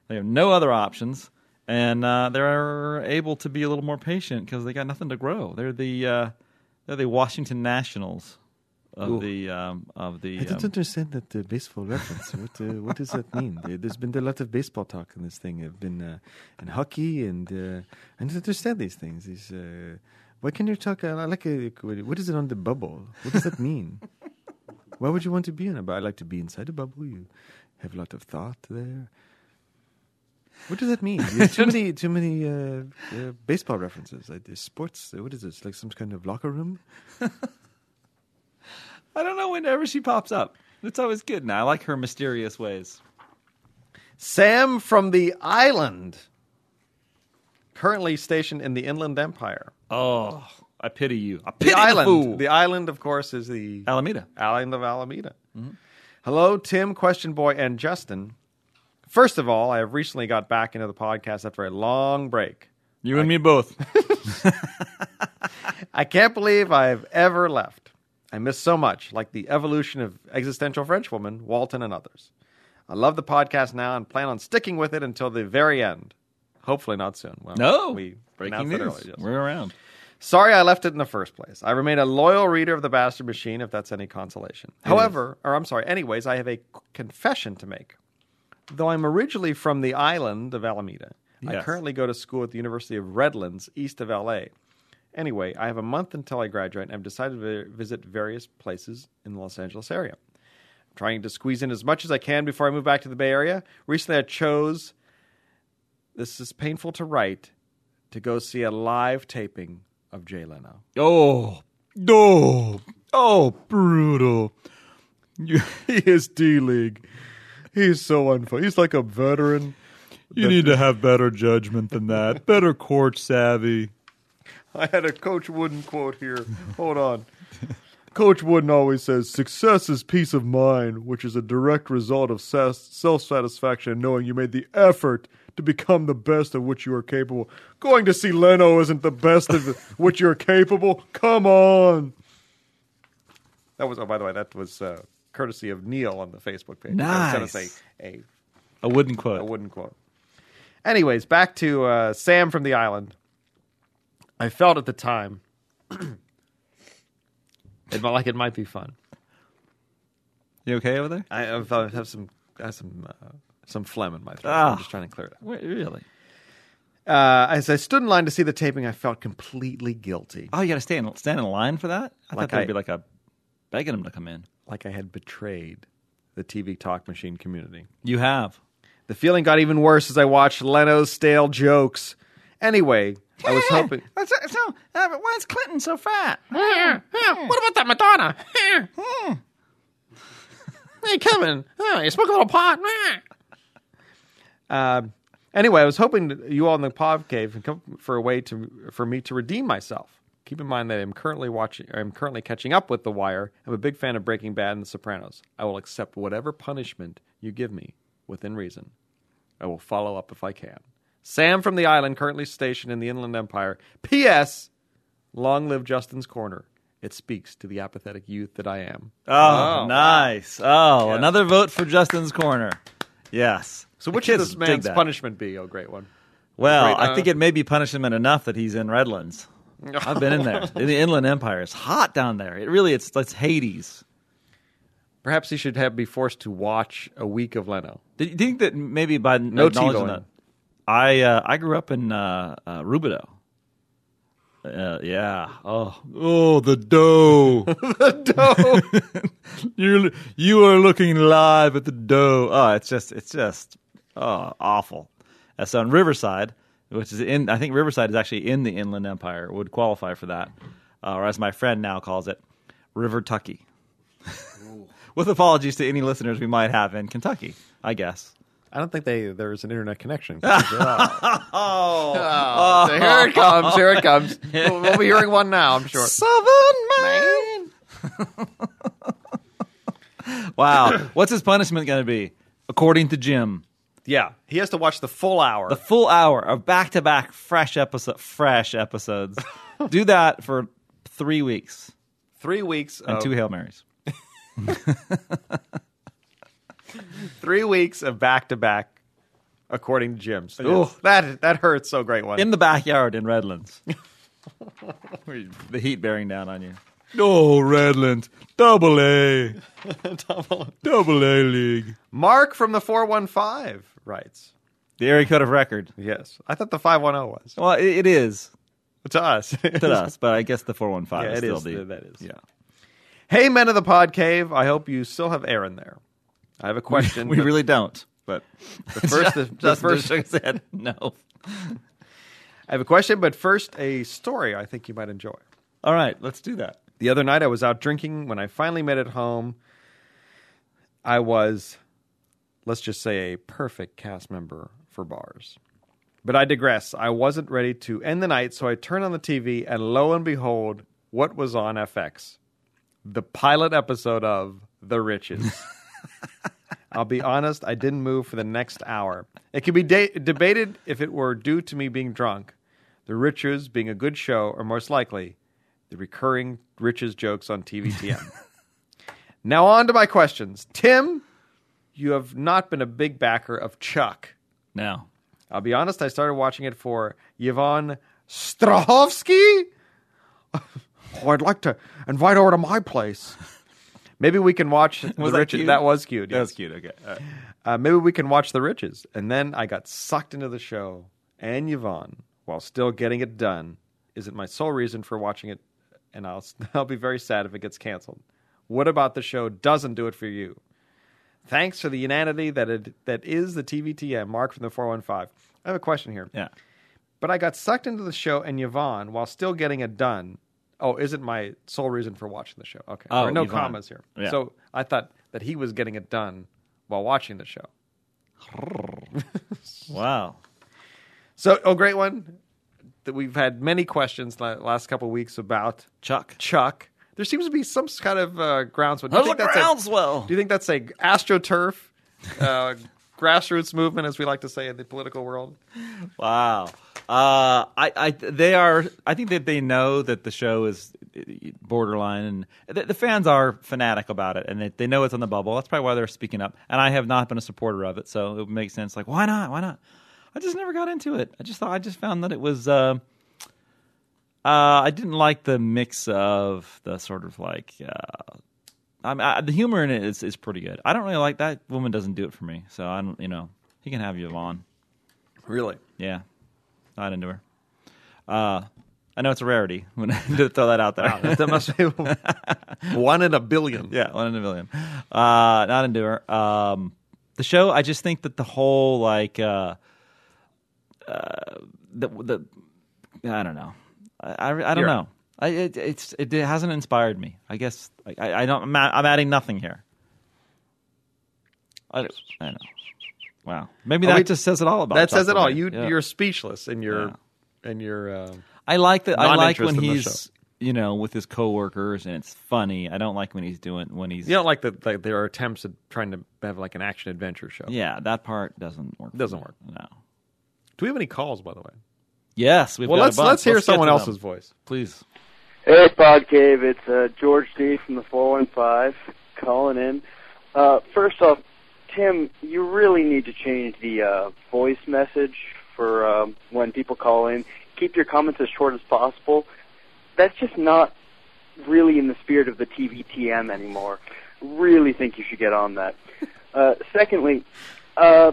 A: They have no other options, and uh, they're able to be a little more patient because they got nothing to grow. They're the uh, they're the Washington Nationals of the um, of the.
C: I
A: um,
C: don't understand that uh, baseball reference. What uh, what does that mean? There- There's been a lot of baseball talk in this thing. I've been uh, in hockey, and uh, I don't understand these things. These, uh, why can you talk uh, like a, what is it on the bubble? What does that mean? why would you want to be in a bubble? I like to be inside a bubble. You have a lot of thought there. What does that mean? There's too many, too many uh, uh, baseball references. Like there's sports. uh, What is this? Like some kind of locker room?
A: I don't know whenever she pops up. It's always good. Now I like her mysterious ways.
D: Sam from the island, currently stationed in the Inland Empire.
A: Oh, I pity you. I pity
D: The island.
A: fool.
D: The island, of course, is the
A: Alameda.
D: island of Alameda. Hello, Tim, Question Boy, and Justin. First of all, I have recently got back into the podcast after a long break.
E: You and me both.
D: I can't believe I've ever left. I miss so much, like the evolution of existential Frenchwoman, Walton, and others. I love the podcast now and plan on sticking with it until the very end. Hopefully, not soon. Well,
A: No,
D: we
A: breaking
D: announced it
A: news.
D: earlier, yes.
A: We're around.
D: Sorry I left it in the first place. I remain a loyal reader of The Bastard Machine, if that's any consolation. However, or I'm sorry, anyways, I have a confession to make. Though I'm originally from the island of Alameda, I
A: Yes.
D: currently go to school at the University of Redlands, east of LA. Anyway, I have a month until I graduate and I've decided to vi- visit various places in the Los Angeles area. I'm trying to squeeze in as much as I can before I move back to the Bay Area. Recently, I chose this is painful to write to go see a live taping of Jay Leno.
E: Oh, no. Oh, brutal. You,
D: He is D League. He's so unfun. He's like a veteran.
E: you need to have better judgment than that, better court savvy.
D: I had a Coach Wooden quote here. Hold on. Coach Wooden always says, Success is peace of mind, which is a direct result of self satisfaction and knowing you made the effort to become the best of which you are capable. Going to see Leno isn't the best of which you're capable. Come on. That was, oh, by the way, that was uh, courtesy of Neil on the Facebook page. I was going to
A: Nice.
D: say a,
A: A wooden
D: a
A: quote.
D: wooden quote. Anyways, back to uh, Sam from the island. I felt at the time it felt like it might be fun.
A: You okay over there?
D: I I felt- I have some, I have some, uh, some phlegm in my throat.
A: Ah.
D: I'm just trying to clear it. out.
A: Wait, really?
D: Uh, as I stood in line to see the taping, I felt completely guilty,
A: Oh, you got to stand stand in line for that. I thought
D: Like
A: that'd
D: I-
A: be like a begging him to come in.
D: like I had betrayed the TV talk machine community.
A: You have.
D: The feeling got even worse as I watched Leno's stale jokes. Anyway, I was hoping.
A: So,
D: Uh,
A: why is Clinton so fat?
D: What about that Madonna? hey, Kevin, oh, you smoke a little pot. um, anyway, I was hoping that you all in the pod cave can come for a way to for me to redeem myself. Keep in mind that I'm currently watching. I'm currently catching up with The Wire. I'm a big fan of Breaking Bad and The Sopranos. I will accept whatever punishment you give me within reason. I will follow up if I can. Sam from the island, currently stationed in the Inland Empire. P.S. Long live Justin's Corner. It speaks to the apathetic youth that I am.
A: Oh, nice. Oh, another vote for Justin's corner. Yes.
D: So,
A: The
D: which of
A: kids
D: this
A: dig
D: man's
A: that.
D: punishment be? Oh, great one.
A: Well,
D: Great, uh,
A: I think it may be punishment enough that he's in Redlands. I've been in there. the Inland Empire. It's hot down there. It really it's it's Hades.
D: Perhaps he should have be forced to watch a week of Leno.
A: Do you think that maybe by n-
D: No
A: acknowledging
D: TiVoing.
A: that, I uh, I grew up in uh, uh, Rubidoux. Uh, yeah. Oh,
E: Oh, the dough. You're, you are looking live at the dough.
A: oh, it's just it's just oh, awful. Uh, so in Riverside, which is in I think Riverside is actually in the Inland Empire, would qualify for that, uh, or as my friend now calls it, River Tucky. With apologies to any listeners we might have in Kentucky, I guess.
D: I don't think they there's an internet connection. oh. so here it comes. Here it comes. We'll, we'll be hearing one now, I'm sure.
A: Southern man. wow, what's his punishment going to be? According to Jim,
D: Yeah, he has to watch the full hour.
A: the full hour of back-to-back fresh episode, fresh episodes. Do that for three weeks.
D: three weeks
A: and
D: of
A: two Hail Marys.
D: three weeks of back to back, according to Jim's.
A: Yes.
D: that that hurts so great one.
A: In the backyard in Redlands. Where you- the heat bearing down on you.
E: Oh, Redlands. Double A. Double A league.
D: Mark from the four one five writes.
A: The area code of record.
D: Yes, I thought the five one zero was
A: Well, it, it is
D: to us.
A: to us, but I guess the 415
D: Yeah,
A: is
D: it
A: still
D: is.
A: the.
D: That is.
A: Yeah.
D: hey, men of the pod cave. I hope you still have Aaron there. I have a question.
A: We
D: but
A: really don't, but.
D: the first, the, the
A: Justin
D: first,
A: just shook his head. No.
D: I have a question, but first a story I think you might enjoy.
A: All right, let's do that.
D: The other night I was out drinking. When I finally made it home, I was, let's just say, a perfect cast member for bars. But I digress. I wasn't ready to end the night, so I turned on the TV, and lo and behold, what was on FX? The pilot episode of The Riches. I'll be honest, I didn't move for the next hour. It could be de- debated if it were due to me being drunk, the riches being a good show, or most likely, the recurring riches jokes on TVTM. now, on to my questions. Tim, you have not been a big backer of Chuck.
A: Now.
D: I'll be honest, I started watching it for Yvonne Strahovski. oh, I'd like to invite her to my place. Maybe we can watch The
A: Was that
D: Riches.
A: cute?
D: That was cute.
A: That
D: yes
A: was cute. Okay. All right.
D: uh, maybe we can watch The Riches. And then I got sucked into the show and Yvonne while still getting it done is it my sole reason for watching it? And I'll I'll be very sad if it gets canceled. What about the show doesn't do it for you? Thanks for the unanimity that it, that is the TVTM. Mark from the four one five. I have a question here.
A: Yeah.
D: But I got sucked into the show and Yvonne while still getting it done. Oh, isn't my sole reason for watching the show? Okay.
A: Oh,
D: Or no
A: Yvonne.
D: commas here.
A: Yeah.
D: So I thought that he was getting it done while watching the show.
A: Wow.
D: So, oh, great one. That we've had many questions la- last couple weeks about
A: Chuck.
D: Chuck. There seems to be some kind of uh, groundswell. Do you, think that's a, do you think that's a astroturf uh, grassroots movement, as we like to say in the political world?
A: Wow. Uh, I, I, they are. I think that they know that the show is uh, borderline, and the, the fans are fanatic about it, and they, they know it's on the bubble. That's probably why they're speaking up. And I have not been a supporter of it, so it would make sense. Like, why not? Why not? I just never got into it. I just thought I just found that it was. Uh, uh, I didn't like the mix of the sort of like. Uh, I, mean, I, the humor in it is, is pretty good. I don't really like that woman. Doesn't do it for me. So I don't. You know, he can have Yvonne.
D: Really?
A: Yeah, not into her. Uh, I know it's a rarity. When I did throw that out there,
D: That must be one in a billion.
A: yeah, one in a million. Uh, not into her. Um, the show, I just think that the whole like, uh, uh, the the, I don't know. I I, I don't
D: You're-
A: know. I, it, it's it, hasn't inspired me. I guess like, I I don't. I'm, ad- I'm adding nothing here. I, don't- I don't know. Wow. Maybe
D: Are
A: that
D: we-
A: just says it all about
D: That says it
A: Chuck
D: all.
A: Lorre.
D: You,
A: Yeah.
D: You're speechless in your. In your uh,
A: I like that. I like
D: non-interest
A: when
D: in the
A: he's you know with his coworkers and it's funny. I don't like when he's doing when he's
D: you don't like that like, there are attempts at trying to have like an action adventure show.
A: yeah. That part doesn't work. for
D: Doesn't
A: me.
D: work.
A: No.
D: Do we have any calls, by the way?
A: Yes. We've
D: Well,
A: got a
D: let's
A: bunch.
D: let's hear
A: get
D: someone
A: to
D: else's
A: them.
D: voice.
A: please.
F: Hey, Pod Cave, it's uh, George D from the 415 calling in. Uh, first off, Tim, you really need to change the uh, voice message for um, when people call in. Keep your comments as short as possible. That's just not really in the spirit of the TVTM anymore. Really think you should get on that. Uh, secondly, uh,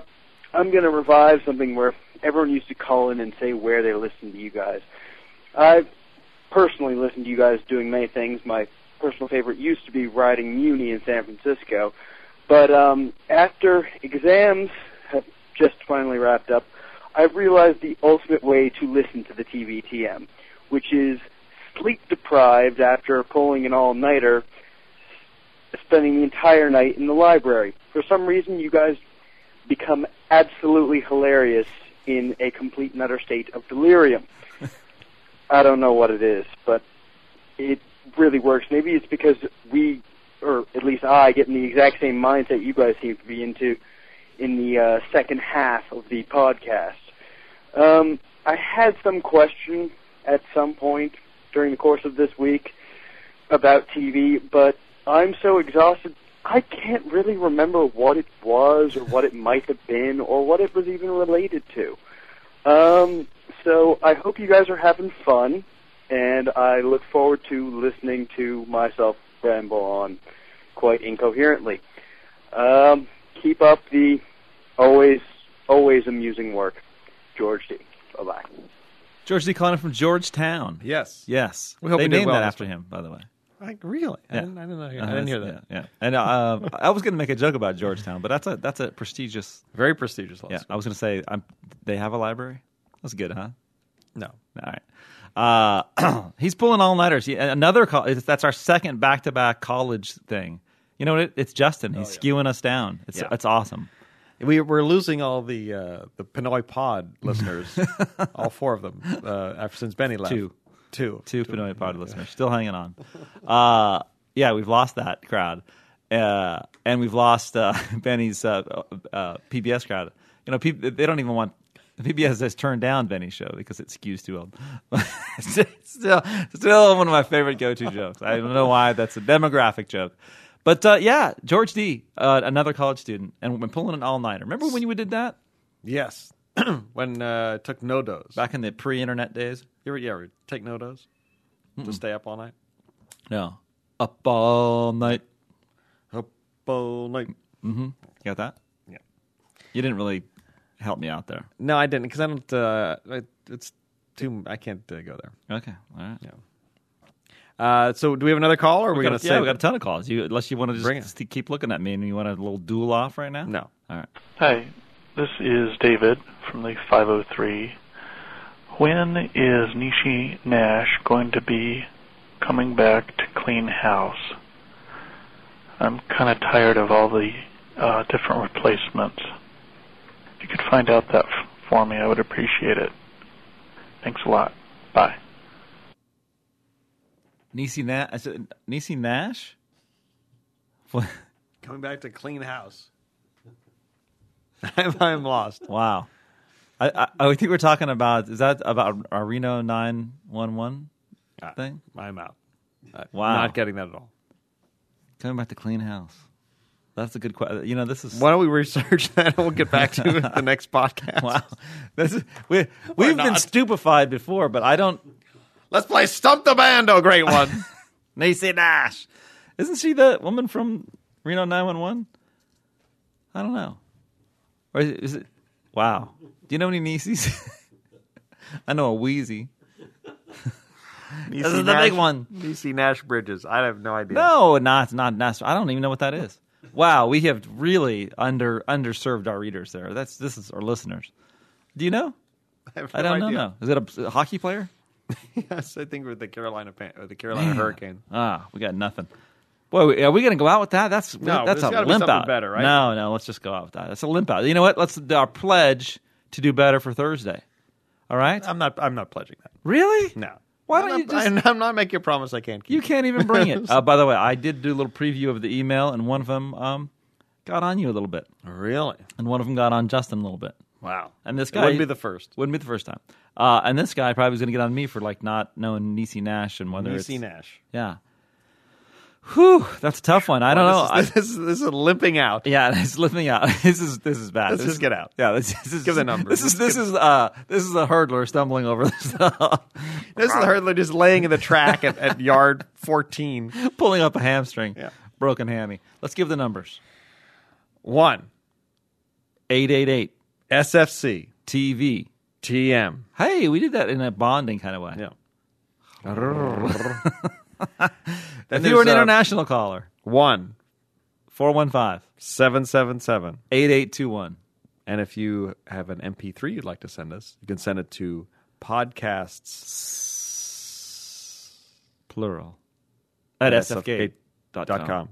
F: I'm going to revive something where everyone used to call in and say where they listened to you guys. i personally listen to you guys doing many things. My personal favorite used to be riding Muni in San Francisco, but um, after exams have just finally wrapped up, I've realized the ultimate way to listen to the TVTM, which is sleep deprived after pulling an all nighter, spending the entire night in the library. For some reason, you guys become absolutely hilarious in a complete and utter state of delirium. I don't know what it is, but it really works. Maybe it's because we, or at least I, get in the exact same mindset you guys seem to be into in the uh, second half of the podcast. Um, I had some question at some point during the course of this week about TV, but I'm so exhausted. I can't really remember what it was or what it might have been or what it was even related to. Um, so I hope you guys are having fun, and I look forward to listening to myself ramble on quite incoherently. Um, keep up the always, always amusing work, George D. Bye bye.
A: George D. Collin from Georgetown.
D: Yes.
A: Yes.
D: We hope
A: they
D: we did
A: named
D: well
A: that
D: this
A: after him, by the way.
D: Like really? I,
A: Yeah.
D: didn't, I didn't know.
A: Uh,
D: I didn't hear that.
A: that's- Yeah. yeah. And uh, I was going to make a joke about Georgetown, but that's a that's a prestigious.
D: Very prestigious law
A: Yeah.
D: school.
A: I was going to say I'm, they have a library. That's good, huh?
D: No.
A: All right. Uh, he's pulling all nighters. Another call. That's our second back to back college thing. You know what? It, it's Justin. He's skewing us down. It's
D: Yeah.
A: it's awesome.
D: We we're losing all the uh, the Pinoy Pod listeners, all four of them, uh, after since Benny left.
A: Two.
D: Two.
A: Two Pinoy Pod listeners still hanging on. Uh, yeah, we've lost that crowd, uh, and we've lost uh, Benny's uh, uh, PBS crowd. You know, P- they don't even want. PBS has turned down Benny's show because it skews too old. still, still one of my favorite go-to jokes. I don't know why. That's a demographic joke. But uh, yeah, George D, uh, another college student, and we're pulling an all-nighter. Remember when you did that
D: Yes. when uh, took no dose.
A: back in the pre-internet days?
D: You ever, you ever take no dose? To stay up all night.
A: No, up all night.
D: Up all night.
A: You got that?
D: Yeah.
A: You didn't really help me out there.
D: No, I didn't because I don't. Uh, I, it's too. I can't uh, go there.
A: Okay, all right.
D: Uh, so, do we have another call, or are we,
A: We
D: going
A: got,
D: to
A: yeah,
D: say
A: we got a ton of calls. You, unless you want to
D: Bring it.
A: just st- keep looking at me and you want a little duel off right now.
D: no?
A: All right.
G: Hi, this is David from the 503. When is Nishi Nash going to be coming back to clean house? I'm kind of tired of all the uh, different replacements. If you could find out that f- for me, I would appreciate it. Thanks a lot. Bye.
A: Nisi Nash. I said Nisi Nash. What?
D: Coming back to clean house. I'm, I'm lost.
A: Wow. I, I I think we're talking about is that about our Reno nine one one
D: Ah.
A: thing?
D: I'm out.
A: Wow.
D: Not getting that at all.
A: Coming back to clean house. That's a good question. You know, this is
D: Why don't we research that and we'll get back to you at the next podcast?
A: wow. This is, we we've been
D: not.
A: stupefied before, but I don't.
D: Let's play Stump the Band, oh great one.
A: Nisi Nash. Isn't she the woman from Reno nine one one? I don't know. Or is it, is it? Wow. Do you know any nieces? I know a Wheezy. This is the big one.
D: DC Nash Bridges. I have no idea.
A: No, not not Nash. I don't even know what that is. Wow, we have really under underserved our readers there. That's this is our listeners. Do you know?
D: I, have
A: I don't know.
D: idea.
A: No. Is it a, a hockey player?
D: Yes, I think with the Carolina Pan- or the Carolina Hurricane.
A: Ah, we got nothing. Boy, we- are we going to go out with that? That's
D: No,
A: that's
D: there's
A: a
D: gotta be
A: limp
D: something
A: out.
D: better, right?
A: No, no, let's just go out with that. That's a limp out. You know what? Let's our pledge to do better for Thursday. All right?
D: I'm not. I'm not pledging that.
A: really?
D: Um, No.
A: Why
D: I'm
A: don't you
D: not-
A: just?
D: I'm- I'm not making a promise I can't keep.
A: You can't even bring it. Uh, by the way, I did do a little preview of the email, and one of them um, got on you a little bit,
D: really?
A: and one of them got on Justin a little bit.
D: Wow.
A: And this
D: It
A: guy
D: wouldn't be the first.
A: Wouldn't be the first time. Uh, and this guy probably was going to get on me for like not knowing Nisi Nash and whether
D: DC
A: it's,
D: Nash.
A: Yeah. Whew, that's a tough one. I don't know. I-
D: This, is, this, is, this is limping out.
A: yeah, it's listening out. This is this is bad.
D: Let's
A: This
D: just get out.
A: Yeah, this, this is
D: Give the number.
A: This is
D: Let's
A: this is uh this is a hurdler stumbling over this
D: This is Hurdler just laying in the track at, at yard 14.
A: pulling up a hamstring,
D: Yeah.
A: broken hammy. Let's give the numbers.
D: One,
A: Eight eight eight
D: SFC,
A: TV.
D: TM.
A: Hey, we did that in a bonding kind of way.
D: Yeah.
A: If you were an international caller,
D: One,
A: 415
D: 777.
A: 8821.
D: And if you have an MP3 you'd like to send us, you can send it to podcasts
A: plural at sfgate.com.
D: sfgate.com.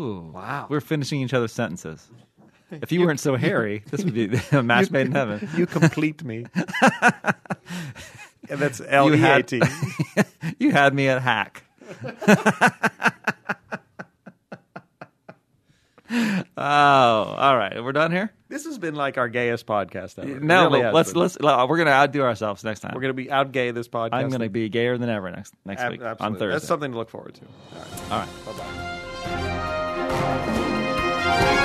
A: Ooh, wow. We're finishing each other's sentences. If you weren't so hairy, this would be a match made in heaven.
D: You complete me. and that's L E A
A: had-
D: T.
A: You had me at hack. oh, all right. We're done here.
D: This has been like our gayest podcast ever. It
A: No,
D: really
A: but
D: has
A: let's,
D: been.
A: let's let- we're gonna outdo ourselves next time.
D: We're going to be out gay this podcast.
A: I'm gonna be gayer than ever next next
D: Ab-
A: week on
D: absolutely.
A: Thursday.
D: That's something to look forward to.
A: all right.
D: Bye bye.